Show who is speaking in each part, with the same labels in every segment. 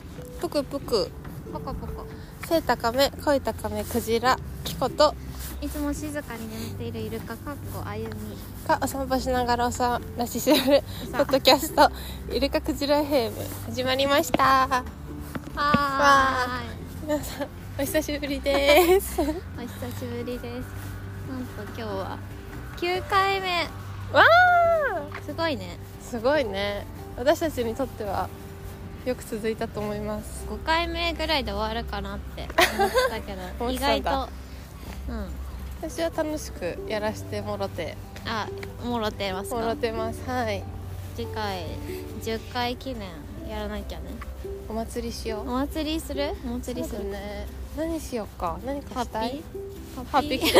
Speaker 1: くぷく
Speaker 2: ポコポコ
Speaker 1: 背高め声高めクジラキコと
Speaker 2: いつも静かに眠っているイルカかっこあゆみ
Speaker 1: がお散歩しながらおさらしするポッドキャスト「イルカクジラヘーム」始まりました
Speaker 2: は
Speaker 1: 皆さんお久しぶりで すわ
Speaker 2: ーいお久しぶりですなんと今日は9回目
Speaker 1: ー
Speaker 2: すごいね
Speaker 1: すごいね私たちにとってはよく続いたと思います
Speaker 2: 5回目ぐらいで終わるかなって思った けど
Speaker 1: 思っ
Speaker 2: 意
Speaker 1: てた
Speaker 2: 外
Speaker 1: んだ
Speaker 2: とうん
Speaker 1: 私は楽しくやらしてもろて
Speaker 2: あもろてます
Speaker 1: もろ
Speaker 2: か
Speaker 1: てますはい
Speaker 2: 次回10回記念やらなきゃね
Speaker 1: お祭りしよ
Speaker 2: お
Speaker 1: う
Speaker 2: 祭りするお祭りす
Speaker 1: そう
Speaker 2: る
Speaker 1: だね何しようか何
Speaker 2: ハ
Speaker 1: か
Speaker 2: ッ
Speaker 1: したい
Speaker 2: ピーハッピ
Speaker 1: ハッピ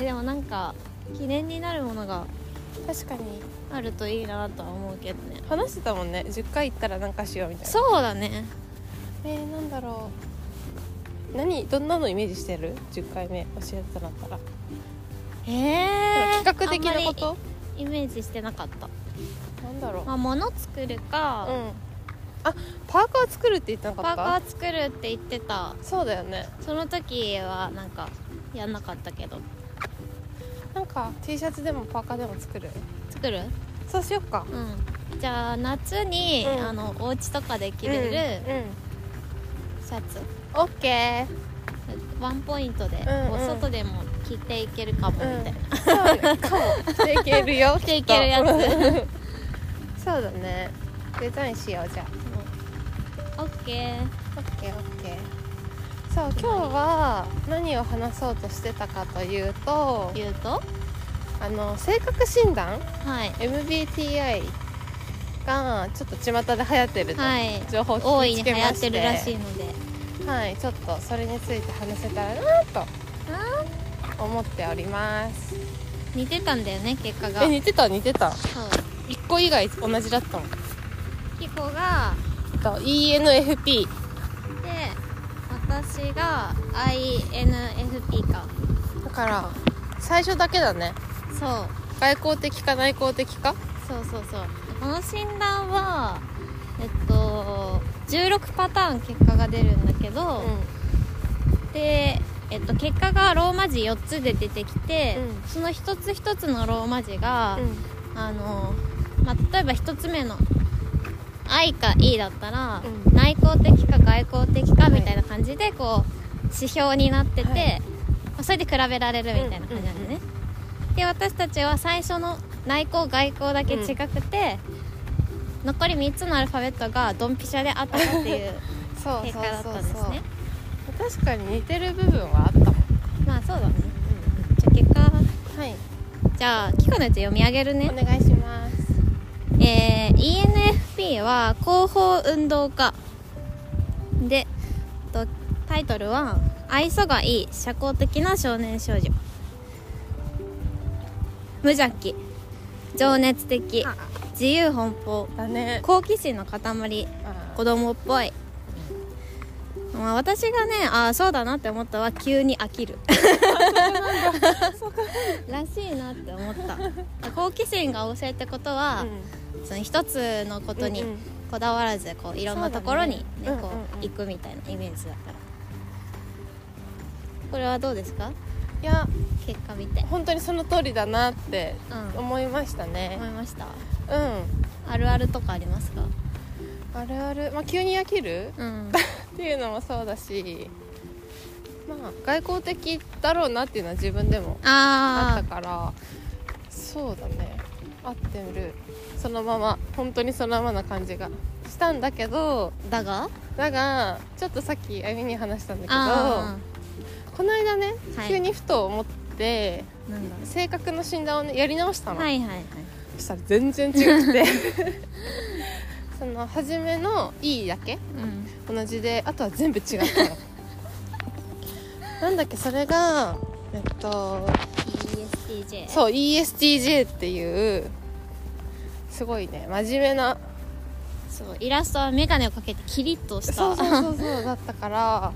Speaker 2: ー えでもなんか記念になるものが
Speaker 1: 確かに
Speaker 2: あるといいなとは思うけどね
Speaker 1: 話してたもんね10回行ったら何かしようみたいな
Speaker 2: そうだね
Speaker 1: えー、なんだろう何どんなのイメージしてる10回目教えてもらったら、
Speaker 2: ええ
Speaker 1: 企画的なこと
Speaker 2: イメージしてなかった
Speaker 1: なんだろう、
Speaker 2: まあ物作るか、
Speaker 1: うんあパーカー作るって言ってなか
Speaker 2: パ
Speaker 1: った
Speaker 2: ーカー作るって言ってた
Speaker 1: そうだよね
Speaker 2: その時はなんかやんなかったけど
Speaker 1: なんか T シャツでもパーカーでも作る
Speaker 2: 作る
Speaker 1: そうしようか
Speaker 2: うんじゃあ夏に、
Speaker 1: うん
Speaker 2: あのお家とかで着
Speaker 1: うん
Speaker 2: れる
Speaker 1: うん
Speaker 2: シャツ、
Speaker 1: オッケ
Speaker 2: ワンポイントで、
Speaker 1: うんうん
Speaker 2: お外でも着ていけるかもみたいな、
Speaker 1: ーそう ねかも着ていけるよ
Speaker 2: 着ていけるやつ
Speaker 1: つそうだねデザインしようじゃあ
Speaker 2: オッケー
Speaker 1: オッケーオッケーそう今日は何を話そうとしてたかというと
Speaker 2: 言うと
Speaker 1: あの性格診断
Speaker 2: はい
Speaker 1: MBTI がちょっと巷で流行ってると、
Speaker 2: はい
Speaker 1: 情報を
Speaker 2: 大
Speaker 1: 聞
Speaker 2: いに
Speaker 1: きつ
Speaker 2: 流
Speaker 1: け
Speaker 2: 行
Speaker 1: ま
Speaker 2: っ
Speaker 1: して
Speaker 2: るらしいので
Speaker 1: はいちょっとそれについて話せたらなと思っております
Speaker 2: 似てたんだよね結果が
Speaker 1: え似てた似てた
Speaker 2: そう
Speaker 1: 一個以外同じだったもん
Speaker 2: キコが
Speaker 1: と ENFP
Speaker 2: で私が INFP か
Speaker 1: だから最初だけだね
Speaker 2: そう
Speaker 1: 外交的か内向的か
Speaker 2: そうそうそうこの診断はえっと16パターン結果が出るんだけど、で、えっと、結果がローマ字4つで出てきて、
Speaker 1: う
Speaker 2: その一つ一つのローマ字が、
Speaker 1: うん
Speaker 2: あの、まあ、例えば1つ目の「I」か「E」だったら、
Speaker 1: うん
Speaker 2: 内向的か外向的か
Speaker 1: い
Speaker 2: みたいな感じでこう指標になってて、
Speaker 1: はい
Speaker 2: まあそれで比べられるみたいな感じなんだね、で私たちは最初の内向外向だけ違くて、残り3つのアルファベットがドンピシャであったって いう
Speaker 1: そうそう
Speaker 2: 結果だった
Speaker 1: そ
Speaker 2: んで
Speaker 1: う
Speaker 2: すね
Speaker 1: そう確かに似てる部分はあったもん、
Speaker 2: まあそうだねじゃあ結果
Speaker 1: はい
Speaker 2: じゃあキコのやつ読み上げるね
Speaker 1: お願いします
Speaker 2: えー ENFP は広報運動家でとタイトルは「愛想がいい社交的な少年少女」「無邪気」「情熱的」「自由奔放」
Speaker 1: だね
Speaker 2: 「好奇心の塊」「子供っぽい」まあ、私がねああそうだなって思ったのは急に飽きる らしいなって思った好奇心が旺盛ってことは、その一つのことに
Speaker 1: うんうん
Speaker 2: こだわらずこういろんなところに、ね
Speaker 1: そうだね
Speaker 2: こ
Speaker 1: うんうんうん
Speaker 2: う行くみたいなイメージだからこれはどうですか
Speaker 1: いや
Speaker 2: 結果見て、
Speaker 1: 本当にその通りだなって
Speaker 2: うん、
Speaker 1: 思いましたね
Speaker 2: 思いました
Speaker 1: うん、
Speaker 2: あるあるとかありますか
Speaker 1: あるあるまあ急に飽きる
Speaker 2: うん
Speaker 1: っていうのもそうだしまあ外交的だろうなっていうのは自分でもあ
Speaker 2: あ
Speaker 1: ったからそうだね合ってるそのまま本当にそのままな感じがしたんだけど
Speaker 2: あだが
Speaker 1: だがちょっとさっきあゆみに話したんだけ
Speaker 2: あ
Speaker 1: どこの間ね、
Speaker 2: はい
Speaker 1: 急にふと思って
Speaker 2: あなんだ
Speaker 1: 性格の診断をねやり直したの、
Speaker 2: はいはいはい
Speaker 1: そしたら全然違くて その初めの「いい」だ
Speaker 2: う
Speaker 1: け
Speaker 2: ん
Speaker 1: 同じであとは全部違った のなんだっけそれがえっと
Speaker 2: ESTJ
Speaker 1: そう ESTJ っていうすごいね真面目な
Speaker 2: そうイラストは眼鏡をかけてキリッとした
Speaker 1: そうそうそうそうだったからや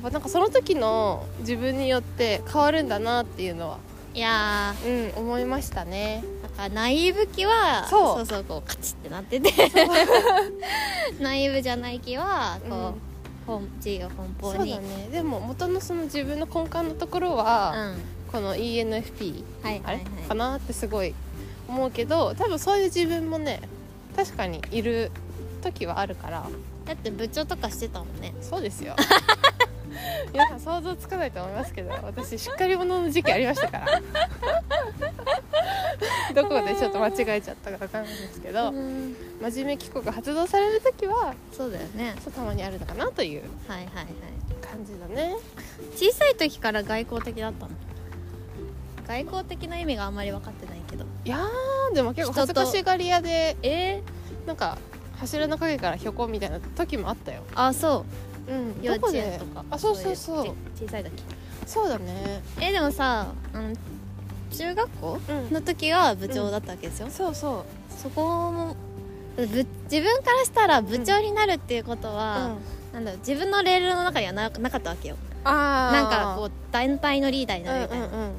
Speaker 1: っぱなんかその時の自分によって変わるんだなっていうのは
Speaker 2: いや
Speaker 1: うん思いました ね
Speaker 2: ーだから内部機は
Speaker 1: そう
Speaker 2: そうそうこうカチッってなってて 内部じゃない機はこう、本自由奔
Speaker 1: そ
Speaker 2: 放
Speaker 1: うだ
Speaker 2: に
Speaker 1: ねでも元のその自分の根幹のとこ
Speaker 2: う
Speaker 1: ろ
Speaker 2: ん
Speaker 1: は、
Speaker 2: はい
Speaker 1: この ENFP
Speaker 2: はい
Speaker 1: あ
Speaker 2: は
Speaker 1: れ、
Speaker 2: い
Speaker 1: かなってすごい思うけど多分そういう自分もね確かにいる時はあるから
Speaker 2: だって部長とかしてたもんね
Speaker 1: そうですよ 皆さん想像つかないと思いますけど私しっかり者の時期ありましたから どこでちょっと間違えちゃったかわかんないんですけど
Speaker 2: うん
Speaker 1: 真面目帰国が発動される時は
Speaker 2: そうだよね
Speaker 1: そうたまにあるのかなという
Speaker 2: はいはいはい
Speaker 1: 感じだね
Speaker 2: 小さい時から外交的だったの外交的な意味があんまり分かってないけど
Speaker 1: いやーでも結構恥ずかしがり屋で
Speaker 2: え
Speaker 1: なんか柱の陰からひょこみたいな時もあったよ
Speaker 2: ー、あそう
Speaker 1: うん
Speaker 2: 幼
Speaker 1: どこ
Speaker 2: 稚園
Speaker 1: で
Speaker 2: とか
Speaker 1: あそうそうそう
Speaker 2: いち小さい時
Speaker 1: そうだね
Speaker 2: えでもさあの中学校
Speaker 1: うん
Speaker 2: の時は部長だったわけですよ、
Speaker 1: そうそ
Speaker 2: そこもぶ自分からしたら部長になるっていうこと
Speaker 1: う、
Speaker 2: は、なんだろう自分のレールの中にはななかったわけよ
Speaker 1: あー
Speaker 2: なんかこう団体のリーダーに
Speaker 1: うん
Speaker 2: なるみたいな、
Speaker 1: うんうん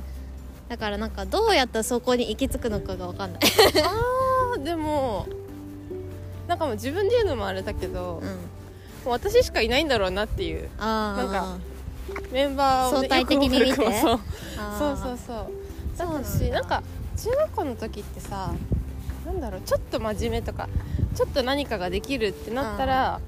Speaker 2: だからなんかどうやったらそこに行き着くのかが分かんない、
Speaker 1: あーでもなんかもう自分で言うのもあれだけど、
Speaker 2: う
Speaker 1: も
Speaker 2: ん、
Speaker 1: う私しかいないんだろうなっていう
Speaker 2: あー
Speaker 1: なんメンバーを、
Speaker 2: 相
Speaker 1: ね、
Speaker 2: 対的に見て
Speaker 1: よくわかるかも
Speaker 2: あー
Speaker 1: そうそうそうそうだった
Speaker 2: そう
Speaker 1: し
Speaker 2: な
Speaker 1: なん
Speaker 2: だ
Speaker 1: んか中学校の時ってさなんだろうちょっと真面目とかちょっと何かができるってなったら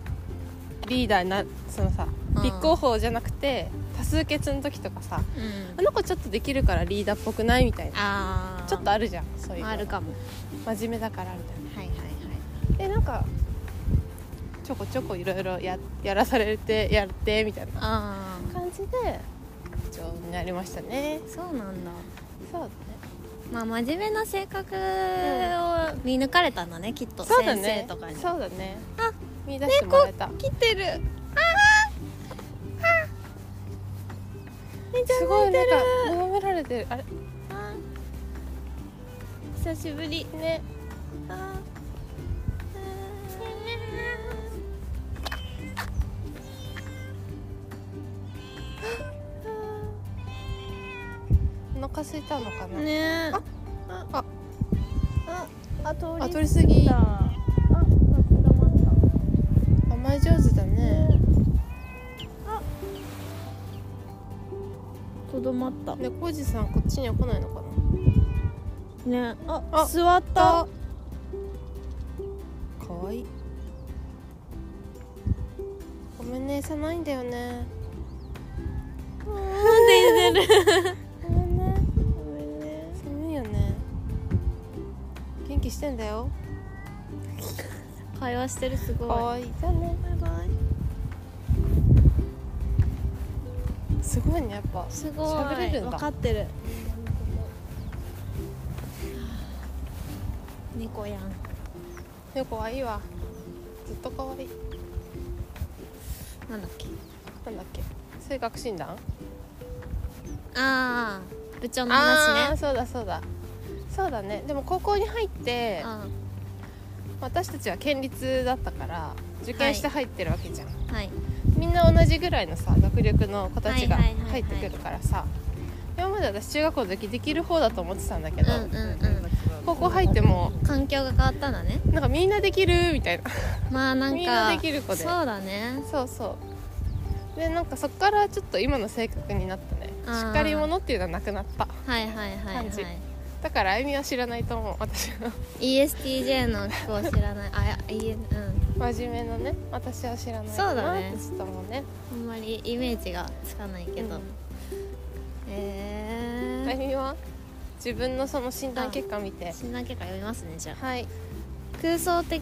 Speaker 1: リーダーになそのさ
Speaker 2: うん
Speaker 1: 立候補じゃなくて多数決の時とかさ
Speaker 2: うん
Speaker 1: あの子ちょっとできるからリーダーっぽくないみたいな
Speaker 2: あー
Speaker 1: ちょっとあるじゃんそういうの
Speaker 2: あるかも
Speaker 1: 真面目だからみたい
Speaker 2: は
Speaker 1: な
Speaker 2: いはいは
Speaker 1: でなんかちょこちょこいろいろややらされてやってみたいない
Speaker 2: ああ
Speaker 1: 感じで部長になりましたね
Speaker 2: そうなんだ
Speaker 1: そうだね
Speaker 2: まあ真面目な性格を見抜かれたんだねきっと
Speaker 1: そうだ
Speaker 2: 先
Speaker 1: ね
Speaker 2: 生とかに
Speaker 1: そうだね
Speaker 2: あ
Speaker 1: 見出してもらえた、
Speaker 2: 来てる
Speaker 1: すごいなんか眺められてるあれ
Speaker 2: あ
Speaker 1: 久しぶりね
Speaker 2: ーあ
Speaker 1: お腹空いたのか
Speaker 2: ー
Speaker 1: な、
Speaker 2: ねえ
Speaker 1: あ
Speaker 3: あ通
Speaker 1: あ
Speaker 3: り
Speaker 1: 通り過ぎ
Speaker 3: 過ぎたあ捕まった
Speaker 1: 甘い上手だね
Speaker 3: とどまった
Speaker 1: ねこうじさんこっちには来ないのかな
Speaker 3: ねあ
Speaker 1: あ
Speaker 3: 座った
Speaker 1: かわいいごめんね餌ないんだよね
Speaker 2: なんで言ってる
Speaker 1: ごめんねごめんね寒いよね元気してんだよ
Speaker 2: 会話してるすごい
Speaker 1: かわいいじゃあねバイバイすごいねやっぱ
Speaker 2: すごい
Speaker 1: 喋れるんだ
Speaker 2: わかってる猫やん
Speaker 1: 猫はいいわずっとかわいい
Speaker 2: なんだっけ
Speaker 1: なんだっけ性格診断
Speaker 2: ああ部長の
Speaker 1: あ
Speaker 2: 話
Speaker 1: ー
Speaker 2: ね
Speaker 1: そうだそうだそうだねでも高校に入って
Speaker 2: あ
Speaker 1: 私たちは県立だったから受験して入ってるわけじゃん、
Speaker 2: ーはい
Speaker 1: みんな同じぐらいのさ学力の子たちが
Speaker 2: はいはいはいはい
Speaker 1: 入ってくるからさ今まで私中学校の時できる方だと思ってたんだけど、
Speaker 2: うんうんうん
Speaker 1: 高校入っても
Speaker 2: 環境が変わったんだね
Speaker 1: なんかみんなできるみたいな
Speaker 2: まあなんか
Speaker 1: みんなできる子で
Speaker 2: そうだね
Speaker 1: そうそうでなんかそっからちょっと今の性格になったね
Speaker 2: あー
Speaker 1: しっかり者っていうのはなくなった
Speaker 2: はいはいはいはい
Speaker 1: 感じだからあゆみは知らないと思う私の
Speaker 2: ESTJ の子を知らないあいやいえうん
Speaker 1: 真面目なね私は知らない
Speaker 2: そうだ
Speaker 1: なっ
Speaker 2: ね
Speaker 1: てちょっともうね
Speaker 2: あんまりイメージがつかないけど、
Speaker 1: うんあゆ
Speaker 2: え
Speaker 1: みは自分のその診断結果見て
Speaker 2: ー、診断結果読みますねじゃあ
Speaker 1: はい
Speaker 2: 空想的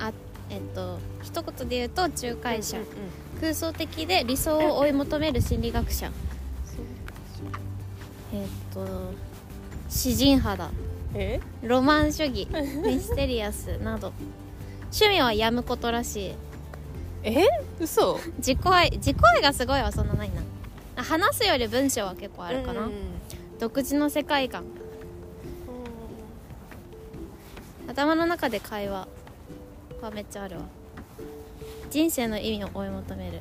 Speaker 2: あえっと一言で言うと仲介者、
Speaker 1: うんうんうん
Speaker 2: 空想的で理想を追い求める心理学者えっと詩人肌
Speaker 1: え
Speaker 2: ロマン主 義ミステリアスなど趣味はやむことらしい
Speaker 1: え嘘
Speaker 2: 自己愛自己愛がすごいはそんなないなあ話すより文章は結構あるかな、
Speaker 1: うんうん
Speaker 2: 独自の世界観頭の中で会話はめっちゃあるわ人生の意味を追い求める、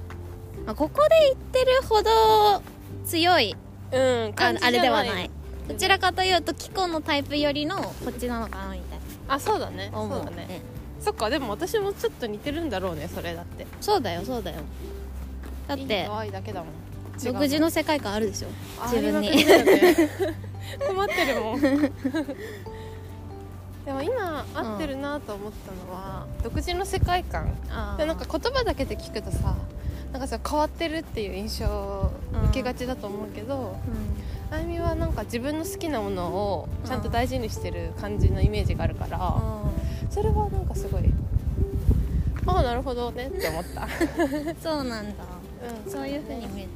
Speaker 2: まあ、ここで言ってるほど強い
Speaker 1: うん、
Speaker 2: あ
Speaker 1: 感じじ
Speaker 2: あ
Speaker 1: ゃ
Speaker 2: れではないどちらかというとキコのタイプよりのこっちなのかなみたい
Speaker 1: あそうだね
Speaker 2: な
Speaker 1: そう
Speaker 2: 思う
Speaker 1: だねそっかでも私もちょっと似てるんだろうねそれだって
Speaker 2: そうだよそうだよだっ
Speaker 1: リン
Speaker 2: て
Speaker 1: 可愛いだけだもん違う
Speaker 2: 独自の世界観あるでしょ
Speaker 1: あ
Speaker 2: 自分に
Speaker 1: ありまくりだよね 困ってるもんでも今合ってるなと思ったのは、独自の世界観
Speaker 2: あ
Speaker 1: でなんか言葉だけで聞くとさなんかさ変わってるっていう印象を受けがちだと思うけど、あゆみはなんか自分の好きなものをちゃんと大事にしてる感じのイメージがあるから、それはなんかすごいああなるほどねって思った、
Speaker 2: そうなんだ
Speaker 1: うん
Speaker 2: そういうふうに見え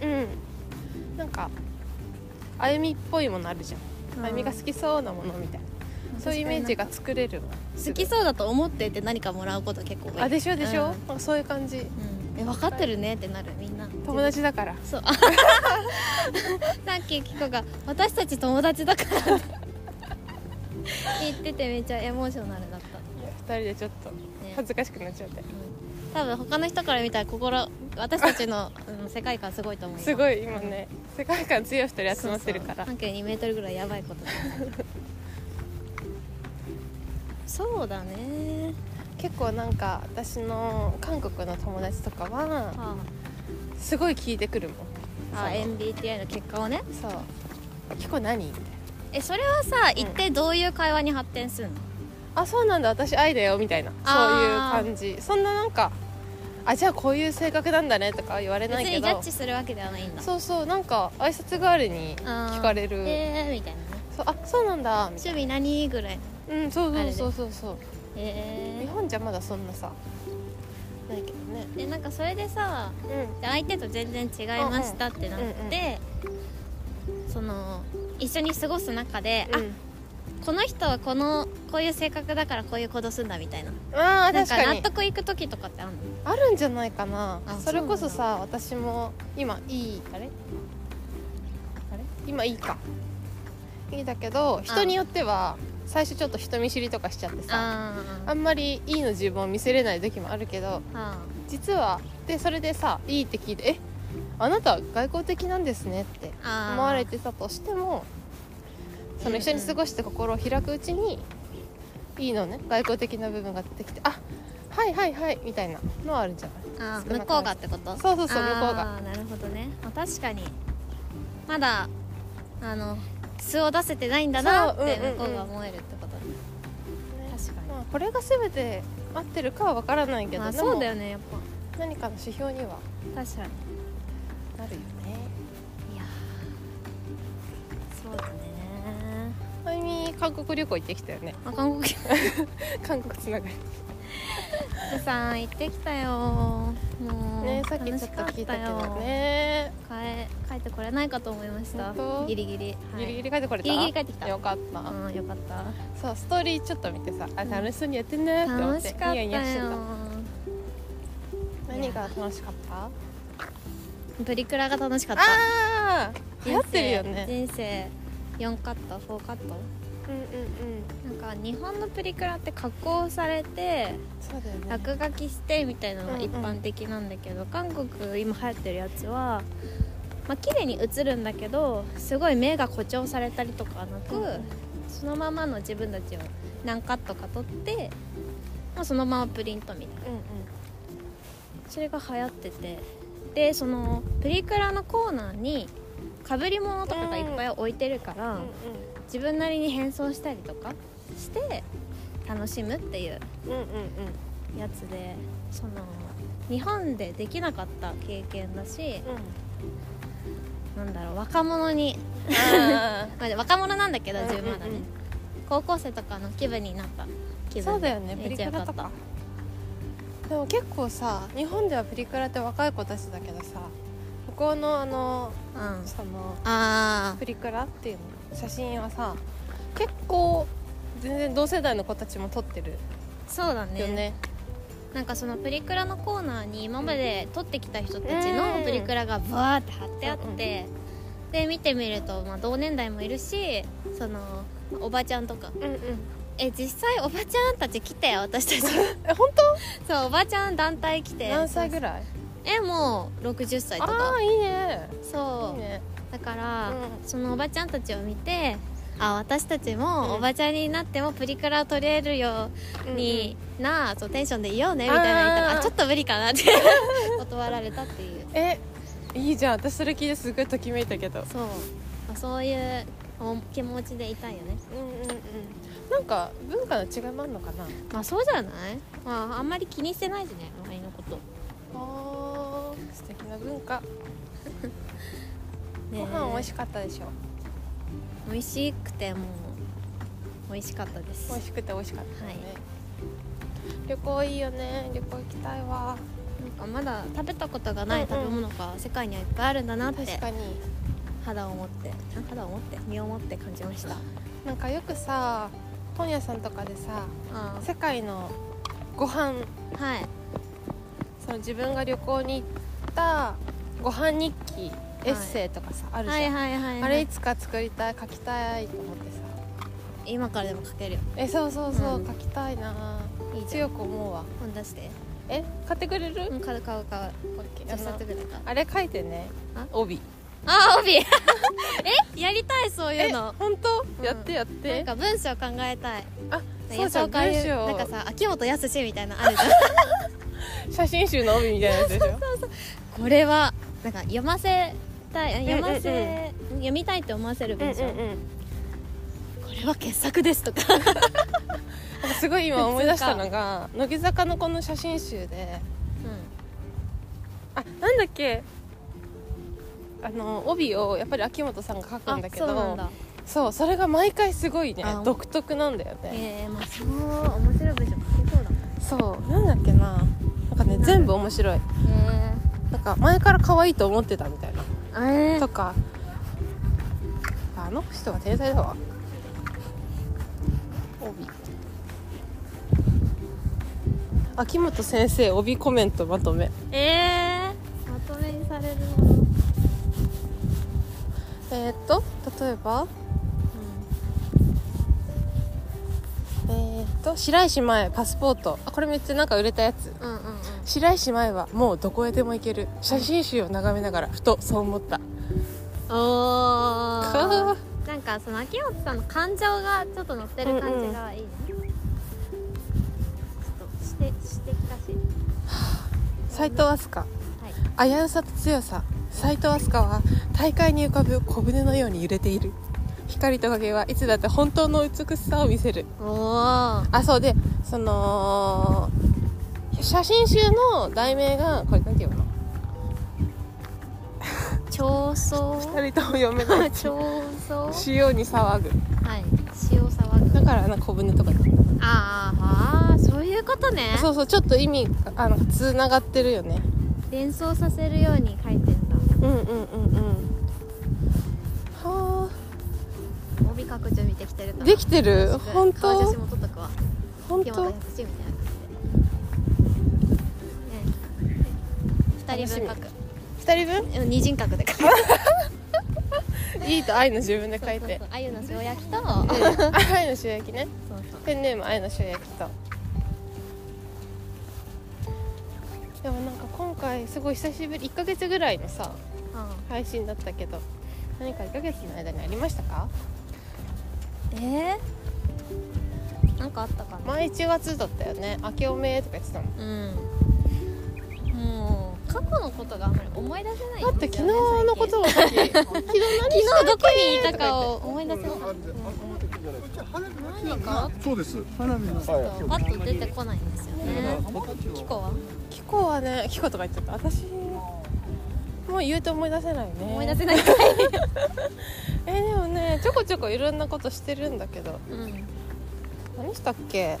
Speaker 2: てんだね
Speaker 1: うん、なんか歩みっぽいものあるじゃん
Speaker 2: うん
Speaker 1: 歩みが好きそうなものみたいなそういうイメージが作れるわ
Speaker 2: 好きそうだと思ってて何かもらうこと結構多い
Speaker 1: あでしょでしょ、
Speaker 2: うん
Speaker 1: なんかそういう感じ
Speaker 2: うんえ分かってるねってなるみんな
Speaker 1: 友達だから
Speaker 2: そう さっきキコが「私たち友達だから」 言っててめっちゃエモーショナルだった、
Speaker 1: 二人でちょっと恥ずかしくなっちゃって
Speaker 2: うん多分他の人から見たら心私たちの、うん、世界観すごいと思うよ
Speaker 1: すごい今ね世界観強い二人集
Speaker 2: そう
Speaker 1: まってるから
Speaker 2: そう半径2メートルぐらいやばい ことだそうだね
Speaker 1: 結構なんか私の韓国の友達とかは
Speaker 2: あ
Speaker 1: すごい聞いてくるもん
Speaker 2: あ MBTI の結果をね
Speaker 1: そう結構何みたいな
Speaker 2: えそれはさ一体どういう会話に発展するの、
Speaker 1: あそうなんだ私愛だよみたいな
Speaker 2: あー
Speaker 1: そういう感じそんななんかあじゃあこういう性格なんだねとかは言われ
Speaker 2: 別
Speaker 1: ないけ
Speaker 2: にジャ
Speaker 1: ど
Speaker 2: ッジするわけではないんだ
Speaker 1: そうそうなんか挨拶代わりに
Speaker 2: あー
Speaker 1: 聞かれる
Speaker 2: えー、みたいなね
Speaker 1: そうあそうなんだみた
Speaker 2: 趣味何ぐらいの
Speaker 1: いなうんそう
Speaker 2: あれ
Speaker 1: そう
Speaker 2: で
Speaker 1: そうそうそう日
Speaker 2: え
Speaker 1: 本じゃまだそんなさないけどね
Speaker 2: ー、でなんかそれでさ
Speaker 1: うん
Speaker 2: で相手と全然違いましたってなって、その一緒に過ごす中で、
Speaker 1: う
Speaker 2: あ
Speaker 1: ん
Speaker 2: この人はこのこういう性格だからこういう行動するんだみたいな
Speaker 1: あー
Speaker 2: なん
Speaker 1: 確
Speaker 2: か
Speaker 1: か
Speaker 2: 納
Speaker 1: に
Speaker 2: 得いく時とかってあるの
Speaker 1: あるんじゃないかな
Speaker 2: あ
Speaker 1: それこそさ私も今いいあれあれ今いいかいいだけど人によっては最初ちょっと人見知りとかしちゃってさ
Speaker 2: あー
Speaker 1: あんまりいいの自分を見せれない時もあるけど
Speaker 2: あ
Speaker 1: 実はでそれでさいいって聞いてえあなた外交的なんですねって
Speaker 2: あー
Speaker 1: 思われてたとしてもその一緒に過ごして心を開くうちにいいのね外交的な部分が出てきてあはいはいはいみたいなのはあるんじゃない
Speaker 2: あー
Speaker 1: 少なくなる
Speaker 2: 向こうがってこと
Speaker 1: そうそうそう
Speaker 2: あー
Speaker 1: 向こうが
Speaker 2: なるほどね、まあ、確かにまだあの素を出せてないんだなっ
Speaker 1: そう
Speaker 2: て
Speaker 1: うんうんうん
Speaker 2: 向こうが思えるってことね、確かに
Speaker 1: まあこれが全て合ってるかは分からないけど、
Speaker 2: まあ
Speaker 1: でも
Speaker 2: そうだよねやっ
Speaker 1: 何かの指標には
Speaker 2: ぱ確かに
Speaker 1: なるよね
Speaker 2: いやーそうだね、
Speaker 1: あゆみ韓国旅行行ってきたよね
Speaker 2: まあ、韓国
Speaker 1: 韓国つながり
Speaker 2: さん行ってきたよもう
Speaker 1: ねさっきちょっと聞いたけどね
Speaker 2: 帰帰ってこれないかと思いました
Speaker 1: 本当
Speaker 2: ギリギリ、はい、
Speaker 1: ギリギリ帰ってこれた
Speaker 2: ギリギリ帰ってきた
Speaker 1: よかった、
Speaker 2: うんよかった
Speaker 1: そうストーリーちょっと見てさあ楽しそうにやってんなーって思
Speaker 2: 楽
Speaker 1: って
Speaker 2: しかった
Speaker 1: ニヤ
Speaker 2: よ
Speaker 1: ニヤしちゃっ
Speaker 2: た
Speaker 1: た
Speaker 2: よ
Speaker 1: 何が楽しかった
Speaker 2: プリクラが楽しかった
Speaker 1: ああー流行ってるよね
Speaker 2: 人生4カット4カット
Speaker 1: うんうんうん
Speaker 2: なんか日本のプリクラって加工されて
Speaker 1: そうだよね
Speaker 2: 落書きしてみたいなのが一般的なんだけど、韓国今流行ってるやつはまあ綺麗に写るんだけどすごい目が誇張されたりとかはなく、
Speaker 1: うん
Speaker 2: そのままの自分たちを何カットか撮って、まあ、そのままプリントみたいな
Speaker 1: うんうん
Speaker 2: それが流行っててでそのプリクラのコーナーにかぶり物とかがいっぱい置いてるから、
Speaker 1: う
Speaker 2: 自分なりに変装したりとかして楽しむっていうん
Speaker 1: うんうんうん
Speaker 2: やつでその日本でできなかった経験だし
Speaker 1: うん
Speaker 2: なんだろう若者に、
Speaker 1: あ
Speaker 2: まあ、若者なんだけど
Speaker 1: うんうん
Speaker 2: 自
Speaker 1: うん
Speaker 2: 分まだね、高校生とかの気分になった気分
Speaker 1: ーそうだよねプ
Speaker 2: め
Speaker 1: リ
Speaker 2: っちゃ
Speaker 1: ク
Speaker 2: 良
Speaker 1: ラと
Speaker 2: か
Speaker 1: か
Speaker 2: っ
Speaker 1: でも結構さ日本ではプリクラって若い子たちだけどさ向こうのあの
Speaker 2: たうん
Speaker 1: その
Speaker 2: あ
Speaker 1: プリクラっていうの写真はさ結構全然同世代の子たちも撮ってる
Speaker 2: ーそうだ
Speaker 1: よね
Speaker 2: なんかそのプリクラのコーナーに今まで撮ってきた人たち
Speaker 1: う
Speaker 2: の
Speaker 1: ん
Speaker 2: プリクラがバーって貼ってあって、で見てみると、まあ、同年代もいるしそのおばちゃんとか
Speaker 1: うんうん
Speaker 2: え実際おばちゃんたち来て私たち
Speaker 1: え本当
Speaker 2: そうおばちゃん団体来て
Speaker 1: 何歳ぐ
Speaker 2: い
Speaker 1: らい
Speaker 2: えもう60歳と
Speaker 1: あ
Speaker 2: か
Speaker 1: あいいねいい
Speaker 2: そう
Speaker 1: ね
Speaker 2: だから、
Speaker 1: う
Speaker 2: そのおばちゃんたちを見てあ私たちもおばちゃんになってもプリクラを取れるようにな、そうテンションでいようねみたいな言ったら
Speaker 1: あー
Speaker 2: あちょっと無理かなって 断られたっていう
Speaker 1: えいいじゃん私それ聞いてすごいときめいたけど
Speaker 2: そう、まあ、そういうお気持ちでいたいよね
Speaker 1: うんうんうんなんか文化の違いもあるのかな
Speaker 2: まあそうじゃないまああんまり気にしてないしね周りのこと、
Speaker 1: あー素敵な文化、
Speaker 2: ね
Speaker 1: ご飯美味しかったでしょ
Speaker 2: 美味しくてもう美味しかったです
Speaker 1: 美味しくて美味しかったよね、旅行いいよね旅行行きたいわ
Speaker 2: なんかまだ食べたことがない
Speaker 1: うんうん
Speaker 2: 食べ物が世界にはいっぱいあるんだなって
Speaker 1: 確かに
Speaker 2: 肌を持ってあ肌を持って身を持って感じました
Speaker 1: なんかよくさ本屋さんとかでさ
Speaker 2: あ
Speaker 1: 世界のご飯
Speaker 2: あはい
Speaker 1: その自分が旅行に行ったご飯日記エッセイとかさ、あるじゃん、
Speaker 2: はいはいはい、はい、
Speaker 1: あれいつか作りたい書きたいと思ってさ
Speaker 2: 今からでもかけるよ
Speaker 1: えそうそうそう、
Speaker 2: うん
Speaker 1: 書きたいない
Speaker 2: いじゃん
Speaker 1: 強く思うわ
Speaker 2: 本出して
Speaker 1: え買ってくれる、
Speaker 2: うん買う買う買う
Speaker 1: オッケー
Speaker 2: 1
Speaker 1: あの
Speaker 2: 冊ぐらいか
Speaker 1: あれ書いてね
Speaker 2: あ
Speaker 1: 帯
Speaker 2: あ帯 えやりたいそういうの
Speaker 1: 本当、
Speaker 2: うん
Speaker 1: やってやっ
Speaker 2: なん
Speaker 1: て
Speaker 2: か文章考えたい
Speaker 1: あそ
Speaker 2: 野
Speaker 1: うじ
Speaker 2: 草
Speaker 1: ゃん
Speaker 2: か
Speaker 1: 文
Speaker 2: ゆ
Speaker 1: 章
Speaker 2: なんかさ秋元康みたいなのあるじゃん
Speaker 1: 写真集の帯みたいなやつ でしょ
Speaker 2: これはなんか読ませたい
Speaker 1: うんう
Speaker 2: 読
Speaker 1: ん
Speaker 2: ませ、読みたいって思わせる文章、
Speaker 1: うんうんうん
Speaker 2: これは傑作ですとか
Speaker 1: なんかすごい今思い出したのが乃木坂のこの写真集であなんだっけあの帯をやっぱり秋元さんが書くんだけど
Speaker 2: そうなんだ
Speaker 1: そうそれが毎回すごいね
Speaker 2: あ
Speaker 1: 独特なんだよ
Speaker 2: え
Speaker 1: ね
Speaker 2: ー、まあそう面白い文章書けそうだ
Speaker 1: そうなんだっけななんかね全部面白い
Speaker 2: へ
Speaker 1: なんか前から可愛いと思ってたみたいな
Speaker 2: えー、え
Speaker 1: とかあの人が天才だわ帯秋元先生帯コメントまとめ
Speaker 2: えー、まとめにされるの、
Speaker 1: えー、っと例えばえー、っと白石麻衣パスポートあこれめっちゃなんか売れたやつ
Speaker 2: うん、うんうんうん
Speaker 1: 白石麻衣はもうどこへでも行ける写真集を眺めながらふとそう思った
Speaker 2: お
Speaker 1: か
Speaker 2: ーなんかその秋元さんの感情がちょっと乗ってる感じがいいね、ちょっとしてしてきたし
Speaker 1: 斎藤飛鳥
Speaker 2: はい
Speaker 1: 危うさと強さ斎藤飛鳥は大海に浮かぶ小舟のように揺れている光と影はいつだって本当の美しさを見せる
Speaker 2: おー
Speaker 1: あそうでその写真集の題名がこれなんていうの
Speaker 2: 調層
Speaker 1: 二人とも読め ない
Speaker 2: 調層
Speaker 1: 塩に騒ぐ
Speaker 2: はい塩騒ぐ
Speaker 1: だからなんか小舟とか
Speaker 2: あーあーそういうことね
Speaker 1: そうそうちょっと意味があのつながってるよね
Speaker 2: 連想させるように書いてんだ
Speaker 1: うんうんうんうんは
Speaker 2: 帯拡充見てきてるか
Speaker 1: あ
Speaker 2: ら
Speaker 1: できてる
Speaker 2: すごい
Speaker 1: 本
Speaker 2: 顔写
Speaker 1: 当
Speaker 2: 真も撮っとくわ
Speaker 1: 本
Speaker 2: 山田
Speaker 1: 当
Speaker 2: 100みたいな感じで、ね、2人分書く
Speaker 1: 二人分
Speaker 2: うん二人格で書く
Speaker 1: いいと愛の自分で書い
Speaker 2: そうそう
Speaker 1: て
Speaker 2: そう鮎の塩焼きと、
Speaker 1: 愛の塩焼きね
Speaker 2: そうそう
Speaker 1: ペンネーム愛の塩焼きとでもなんか今回すごい久しぶり1ヶ月ぐらいのさ配信だったけど何か1ヶ月の間にありましたか
Speaker 2: うんえー、なんかあったかな
Speaker 1: 前1月だったよね明けおめとか言ってたもん
Speaker 2: うんもう過去のことがあんまり思い出せない
Speaker 1: だ
Speaker 2: ん
Speaker 1: って
Speaker 2: です
Speaker 1: 昨
Speaker 2: よね
Speaker 1: 日のことを さっき昨日
Speaker 2: 昨
Speaker 1: 何
Speaker 2: 日どこにい
Speaker 1: したた
Speaker 2: か
Speaker 1: か
Speaker 2: を
Speaker 1: を
Speaker 2: 思い出せない何か
Speaker 4: そうです。花火の。はい
Speaker 2: パッと出てこないんですよねキコは
Speaker 1: キコはねキコとか言っちゃった私もう言うと思い出せないね
Speaker 2: 思い出せない
Speaker 1: えでもねちょこちょこいろんなことしてるんだけど
Speaker 2: うんうん
Speaker 1: 何したっけ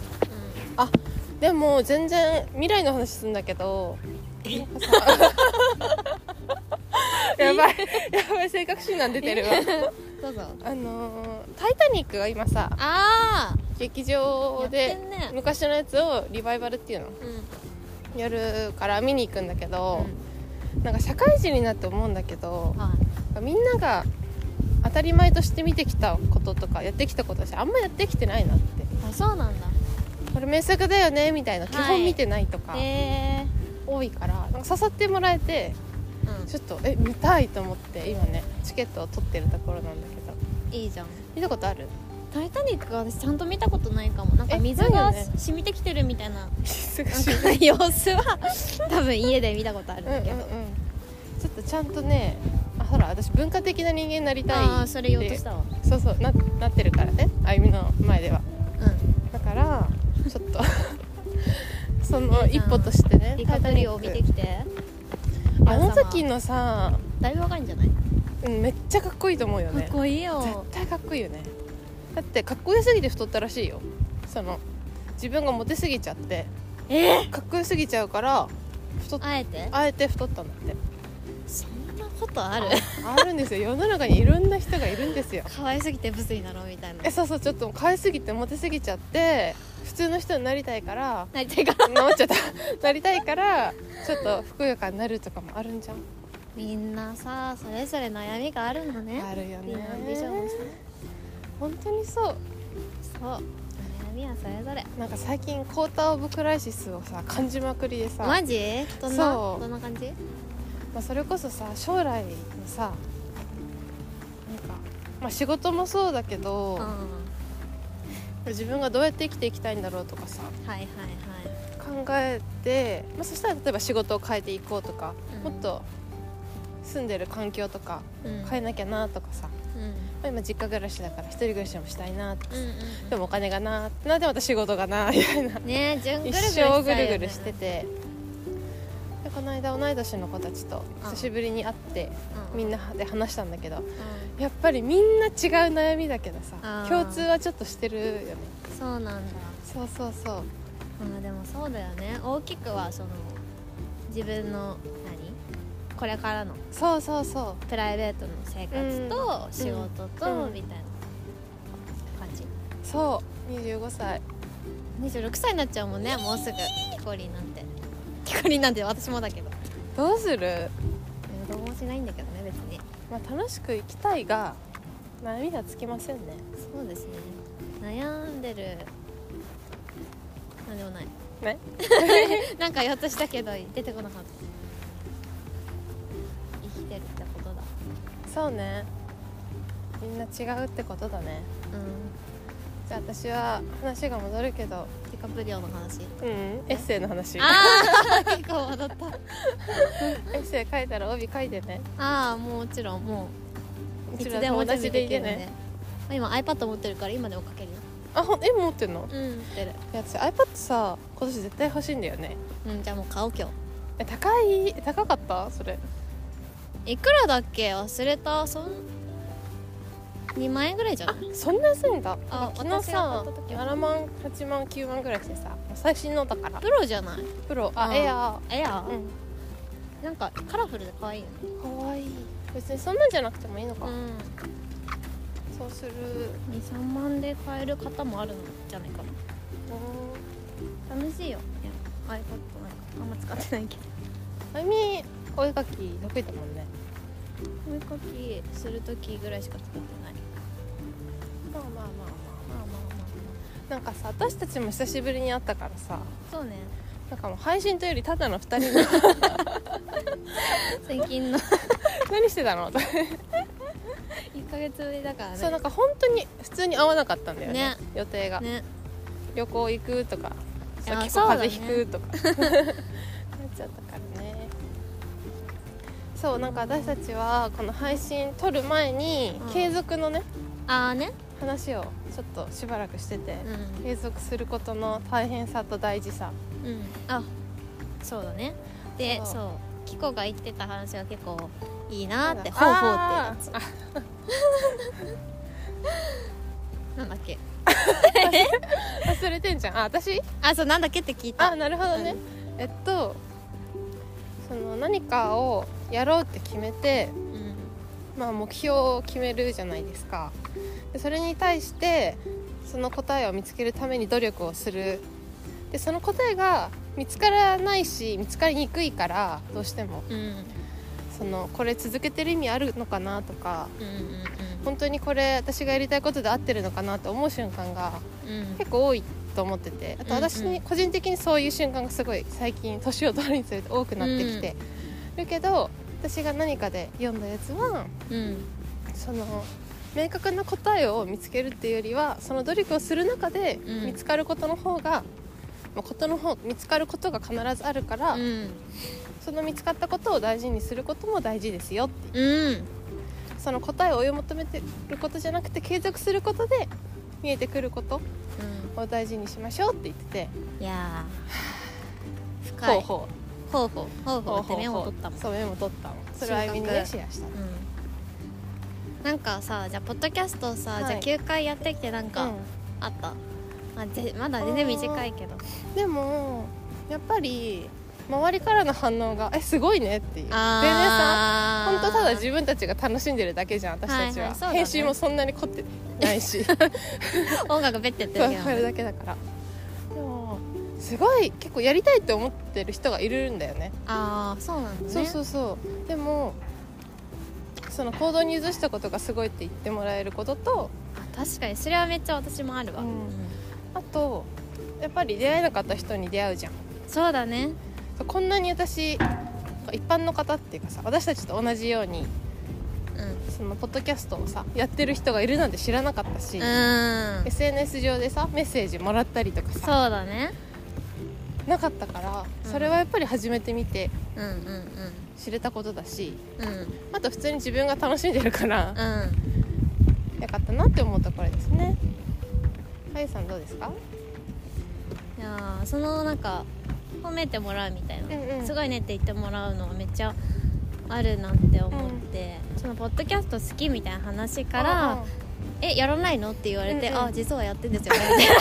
Speaker 1: でも全然未来の話するんだけど やばいやばい性格診断出てるわ
Speaker 2: どうぞ
Speaker 1: あのー「タイタニック」が今さ
Speaker 2: あ
Speaker 1: 劇場
Speaker 2: あや
Speaker 1: で
Speaker 2: ってんね
Speaker 1: 昔のやつをリバイバルっていうの
Speaker 2: う
Speaker 1: やるから見に行くんだけど
Speaker 2: ん、
Speaker 1: なんか社会人になって思うんだけど
Speaker 2: は
Speaker 1: みんなが当たり前として見てきたこととかやってきたことだしあんまやってきてないなって
Speaker 2: いあそうなんだ
Speaker 1: これ名作だよねみたいな基
Speaker 2: はい
Speaker 1: 本見てないとか
Speaker 2: へえ
Speaker 1: 多いから、なんか誘ってもらえてちょっとえ見たいと思って今ねチケットを取ってるところなんだけど
Speaker 2: うん、いいじゃん
Speaker 1: 見たことある
Speaker 2: 「タイタニック」は私ちゃんと見たことないかもなんか
Speaker 1: え
Speaker 2: 水
Speaker 1: ないよ
Speaker 2: が
Speaker 1: ね
Speaker 2: 染みてきてるみたいな
Speaker 1: すぐ
Speaker 2: なんか様子は多分家で見たことあるん
Speaker 1: うんうんう
Speaker 2: だ
Speaker 1: ん
Speaker 2: けど、
Speaker 1: ちょっとちゃんとねあほら私文化的な人間になりたい
Speaker 2: ああそれ言おうとしたわ
Speaker 1: ってそうそうななってるからねあゆみの前では
Speaker 2: う
Speaker 1: だからちょっと その一歩としてね
Speaker 2: んリカバリーを見てきて
Speaker 1: あの時のさ、
Speaker 2: だいぶわかるんじゃないか
Speaker 1: うん、めっちゃかっこいいと思うよね
Speaker 2: っこいいよ
Speaker 1: 絶対かっこいいよねだってかっこよすぎて太ったらしいよその自分がモテすぎちゃって
Speaker 2: え
Speaker 1: かっこよすぎちゃうから太っ
Speaker 2: あえて
Speaker 1: あえて太ったんだって
Speaker 2: そんなことある
Speaker 1: あるんですよ世の中にいろんな人がいるんですよ
Speaker 2: 可愛すぎてブスになろうみたいな
Speaker 1: えそうそうちょっと変えすぎてモテすぎちゃって普通の人になりたいから
Speaker 2: なりたいから
Speaker 1: 治っちゃった なりたいからちょっとふくよかになるとかもあるんじゃん
Speaker 2: みんなさそれぞれ悩みがあるのね
Speaker 1: あるよ
Speaker 2: 美
Speaker 1: ね
Speaker 2: 男美女もさ
Speaker 1: 本当にそう
Speaker 2: そう悩みはそれぞれ
Speaker 1: なんか最近クォーターオブクライシスをさ感じまくりでさ、ま
Speaker 2: マジどんな
Speaker 1: そう
Speaker 2: どんな感じ
Speaker 1: あ、それこそさ将来のさなんか、まあ、仕事もそうだけど、
Speaker 2: は
Speaker 1: 自分がどうやって生きていきたいんだろうとかさ
Speaker 2: いはいはい
Speaker 1: 考えて、まあ、そしたら例えば仕事を変えていこうとか、
Speaker 2: うん
Speaker 1: もっと住んでる環境とか
Speaker 2: うん
Speaker 1: 変えなきゃなとかさ、
Speaker 2: うん
Speaker 1: まあ今実家暮らしだから一人暮らしもしたいなと
Speaker 2: う
Speaker 1: かさ、
Speaker 2: んうん
Speaker 1: でもお金がなってなってまた仕事がなみたいな
Speaker 2: ねえ 順ぐ
Speaker 1: 一
Speaker 2: るぐるしちゃう
Speaker 1: 生
Speaker 2: よ
Speaker 1: ぐ
Speaker 2: ね
Speaker 1: るぐるしててでこの間同い年の子たちと久しぶりに会って
Speaker 2: う
Speaker 1: みんなで話したんだけど
Speaker 2: う
Speaker 1: やっぱりみんな違う悩みだけど
Speaker 2: あ
Speaker 1: さ
Speaker 2: ー
Speaker 1: 共通はちょっとしてるよね
Speaker 2: んそうなんだ
Speaker 1: そうそうそう
Speaker 2: まあでもそうだよね大きくはその自分の何これからの
Speaker 1: そうそうそ
Speaker 2: プライベートの生活と仕事
Speaker 1: う
Speaker 2: と
Speaker 1: ん
Speaker 2: みたいな感じ
Speaker 1: うそう25歳
Speaker 2: 26歳になっちゃうもんねもうすぐ木こりなんて木こりなんて私もだけど
Speaker 1: どうする、
Speaker 2: どうもしないんだけどね別に
Speaker 1: まあ、楽しく生きたいが悩みがつきませんね
Speaker 2: そうですね悩んでるなんでもない
Speaker 1: ね
Speaker 2: なんかやっとしたけど出てこなかった生きてるってことだ
Speaker 1: そうねみんな違うってことだね
Speaker 2: うん
Speaker 1: じゃあ私は話が戻るけど
Speaker 2: ディカプリオの話
Speaker 1: うんエッセイの話エ
Speaker 2: ああ結構戻った
Speaker 1: ッセイ書いたら帯書いてね
Speaker 2: ああもちろんもう
Speaker 1: うちら友達でいてね
Speaker 2: いけるね今 iPad 持ってるから今でもかけるよ
Speaker 1: あほんえ持ってんの
Speaker 2: うん持ってる
Speaker 1: いや私 iPad さ今年絶対欲しいんだよね
Speaker 2: うんじゃあもう買おう今日
Speaker 1: え高い高かったそれ
Speaker 2: いくらだっけ忘れたそん2万円ぐらいじゃない
Speaker 1: そんな安いんだ
Speaker 2: あ
Speaker 1: 昨日さ
Speaker 2: 私が買った時は
Speaker 1: 7万8万9万ぐらいしてさ最新のだから
Speaker 2: プロじゃない
Speaker 1: プロあ
Speaker 2: うん
Speaker 1: エア
Speaker 2: えや
Speaker 1: ー、うん
Speaker 2: なんかカラフルで可愛いよね
Speaker 1: かわいい別にそんなんじゃなくてもいいのか、
Speaker 2: ん
Speaker 1: そうする
Speaker 2: 23万で買える方もあるんじゃないかな楽しいよいや iPod なんかあんま使ってないけど
Speaker 1: あゆみお絵かき得意だもんね
Speaker 2: お絵かきする時ぐらいしか使ってない
Speaker 1: まあまあまあ
Speaker 2: まあ
Speaker 1: ま
Speaker 2: まあま
Speaker 1: あなんかさ私たちも久しぶりに会ったからさ
Speaker 2: あそうね
Speaker 1: なんかもう配信というよりただの2人 の
Speaker 2: 最 近の
Speaker 1: 何してたのとか
Speaker 2: 1ヶ月ぶりだからね
Speaker 1: そうなんか本当に普通に会わなかったんだよね
Speaker 2: ね
Speaker 1: 予定が、
Speaker 2: ね
Speaker 1: 旅行行くとか
Speaker 2: い
Speaker 1: さ
Speaker 2: や
Speaker 1: 結
Speaker 2: そう
Speaker 1: 構
Speaker 2: だ
Speaker 1: 風
Speaker 2: ね
Speaker 1: 邪ひ くとかなっちゃったからねそうなんか私たちはこの配信撮る前に
Speaker 2: うん
Speaker 1: 継続のね
Speaker 2: ああね
Speaker 1: 話をちょっとしばらくしてて
Speaker 2: う
Speaker 1: 継続することの大変さと大事さ
Speaker 2: ん、うん、あそうだねで
Speaker 1: そう
Speaker 2: そうキコが言ってた話は結構いいなーって
Speaker 1: あ
Speaker 2: ほうほうってや
Speaker 1: あー
Speaker 2: つなんだっけ
Speaker 1: あ忘れてんじゃんあ私
Speaker 2: あそうなんだっけって聞いた
Speaker 1: あなるほどねえっとその何かをやろうって決めて
Speaker 2: うん
Speaker 1: まあ、目標を決めるじゃないですかでそれに対してその答えを見つけるために努力をするでその答えが見つからないし見つかりにくいからどうしても
Speaker 2: うんうんうん
Speaker 1: そのこれ続けてる意味あるのかなとか
Speaker 2: うん
Speaker 1: 本当にこれ私がやりたいことで合ってるのかなと思う瞬間が
Speaker 2: うん
Speaker 1: 結構多いと思っててあと私
Speaker 2: うんう
Speaker 1: に
Speaker 2: ん
Speaker 1: 個人的にそういう瞬間がすごい最近年を取るにつれて多くなってきてるけど私が何かで読んだやつは
Speaker 2: うん
Speaker 1: その明確な答えを見つけるっていうよりはその努力をする中で
Speaker 2: うん
Speaker 1: 見つかることの方が、まあことの方見つかることが必ずあるから、
Speaker 2: うん
Speaker 1: その見つかったことを大事にすることも大事ですよっていう
Speaker 2: うん
Speaker 1: その答えを追い求めてることじゃなくて継続することで見えてくることを大事にしましょうって言ってて、
Speaker 2: いやー深
Speaker 1: ほう
Speaker 2: い
Speaker 1: ほ
Speaker 2: ほうほうほうほう
Speaker 1: うほう
Speaker 2: ってメモ取ったもん
Speaker 1: そうメモ取ったのそれをあゆみにねシェアしたの
Speaker 2: うんなんかさじゃあポッドキャストさ、
Speaker 1: はい
Speaker 2: じゃあ9回やってきてなんか、
Speaker 1: うん
Speaker 2: あったあぜまだ全然短いけど
Speaker 1: でもやっぱり周りからの反応が「えすごいね」っていう全然さ
Speaker 2: あ
Speaker 1: 本当ただ自
Speaker 2: 分
Speaker 1: 分たちが楽しんでるだけじゃん私たち
Speaker 2: はい
Speaker 1: は、
Speaker 2: はいそうだね
Speaker 1: 編集もそんなに凝ってな いしそう
Speaker 2: 音楽べってって
Speaker 1: そ
Speaker 2: るけど
Speaker 1: れだけだからでもすごい結構やりたいって思ってる人がいるんだよね
Speaker 2: ああそうなんだね
Speaker 1: そうそうそうでもその行動に移したことがすごいって言ってもらえることと
Speaker 2: あ確かにそれはめっちゃ私もあるわ、
Speaker 1: う
Speaker 2: うんん
Speaker 1: あとやっぱり出会えなかった人に出会うじゃん
Speaker 2: そうだね
Speaker 1: こんなに私一般の方っていうかさ私たちと同じように
Speaker 2: うん
Speaker 1: そのポッドキャストをさやってる人がいるなんて知らなかったし、
Speaker 2: うーん
Speaker 1: SNS 上でさメッセージもらったりとか
Speaker 2: そう
Speaker 1: さ
Speaker 2: だね
Speaker 1: なかったから
Speaker 2: うん
Speaker 1: それはやっぱり始めてみて
Speaker 2: うんうん
Speaker 1: 知れたことだし
Speaker 2: うんうん
Speaker 1: あと普通に自分が楽しんでるから
Speaker 2: うん
Speaker 1: よかったなって思うところですねあゆさんどうですか
Speaker 2: いやーそのなんか褒めてもらうみたいな、
Speaker 1: うんうん
Speaker 2: すごいねって言ってもらうのはめっちゃあるなって思って、そのポッドキャスト好きみたいな話から「えやらないの?」って言われて「
Speaker 1: うんうん
Speaker 2: あ実はやってんですよね」みたい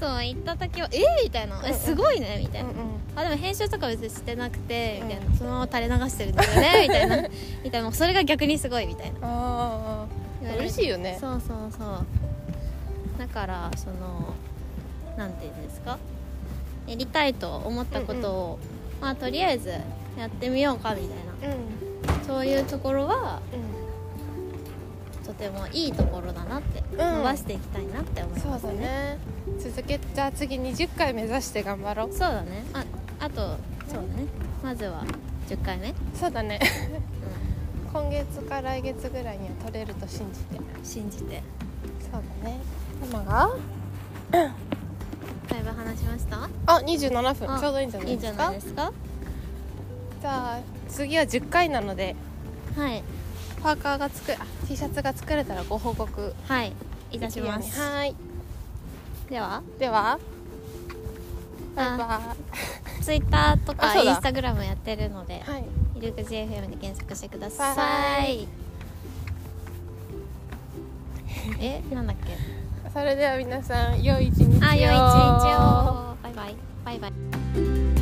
Speaker 2: なそう言った時は「えみたいな「えすごいね」みた
Speaker 1: う
Speaker 2: い
Speaker 1: ん
Speaker 2: な
Speaker 1: う。ん
Speaker 2: あでも編集とか別にしてなくてみたいな、
Speaker 1: うん
Speaker 2: そのまま垂れ流してるんだよ ねみたいなみたいなそれが逆にすごいみたいな
Speaker 1: あ
Speaker 2: 言われ
Speaker 1: あ
Speaker 2: て
Speaker 1: 嬉しいよね
Speaker 2: そうそうそうだからそのなんていうんですかやりたいと思ったことを、まあとりあえずやってみようかみたい
Speaker 1: うん
Speaker 2: なそういうところは
Speaker 1: う
Speaker 2: とてもいいところだなって、伸ばしていきたいなって思い
Speaker 1: んそう
Speaker 2: ま
Speaker 1: だ
Speaker 2: すね
Speaker 1: ね続けじゃあ次20回目指して頑張ろう
Speaker 2: そうだねああとそうだねまずは10回目、
Speaker 1: そうだね今月か来月ぐらいには取れると信じて
Speaker 2: 信じて
Speaker 1: そうだね今が
Speaker 2: だいぶ話しました
Speaker 1: あ27分
Speaker 2: あ
Speaker 1: ちょうどいいんじゃない
Speaker 2: いいん
Speaker 1: で
Speaker 2: じゃ
Speaker 1: す
Speaker 2: な
Speaker 1: か
Speaker 2: いですか
Speaker 1: じゃあ次は10回なので
Speaker 2: はい
Speaker 1: パーカーが作あ T シャツが作れたらご報告
Speaker 2: はいいたします
Speaker 1: はーい
Speaker 2: では
Speaker 1: ではバイバ
Speaker 2: ツイッターと
Speaker 1: あ
Speaker 2: か
Speaker 1: そう
Speaker 2: イ
Speaker 1: だ
Speaker 2: ンスタグラムやってるので
Speaker 1: イはい
Speaker 2: ミルク JFM で検索してくださ。
Speaker 1: はい
Speaker 2: え、なんだっけ。
Speaker 1: それでは皆さん良い一日を
Speaker 2: あ、良い一日を。バイバイ。バイバイ。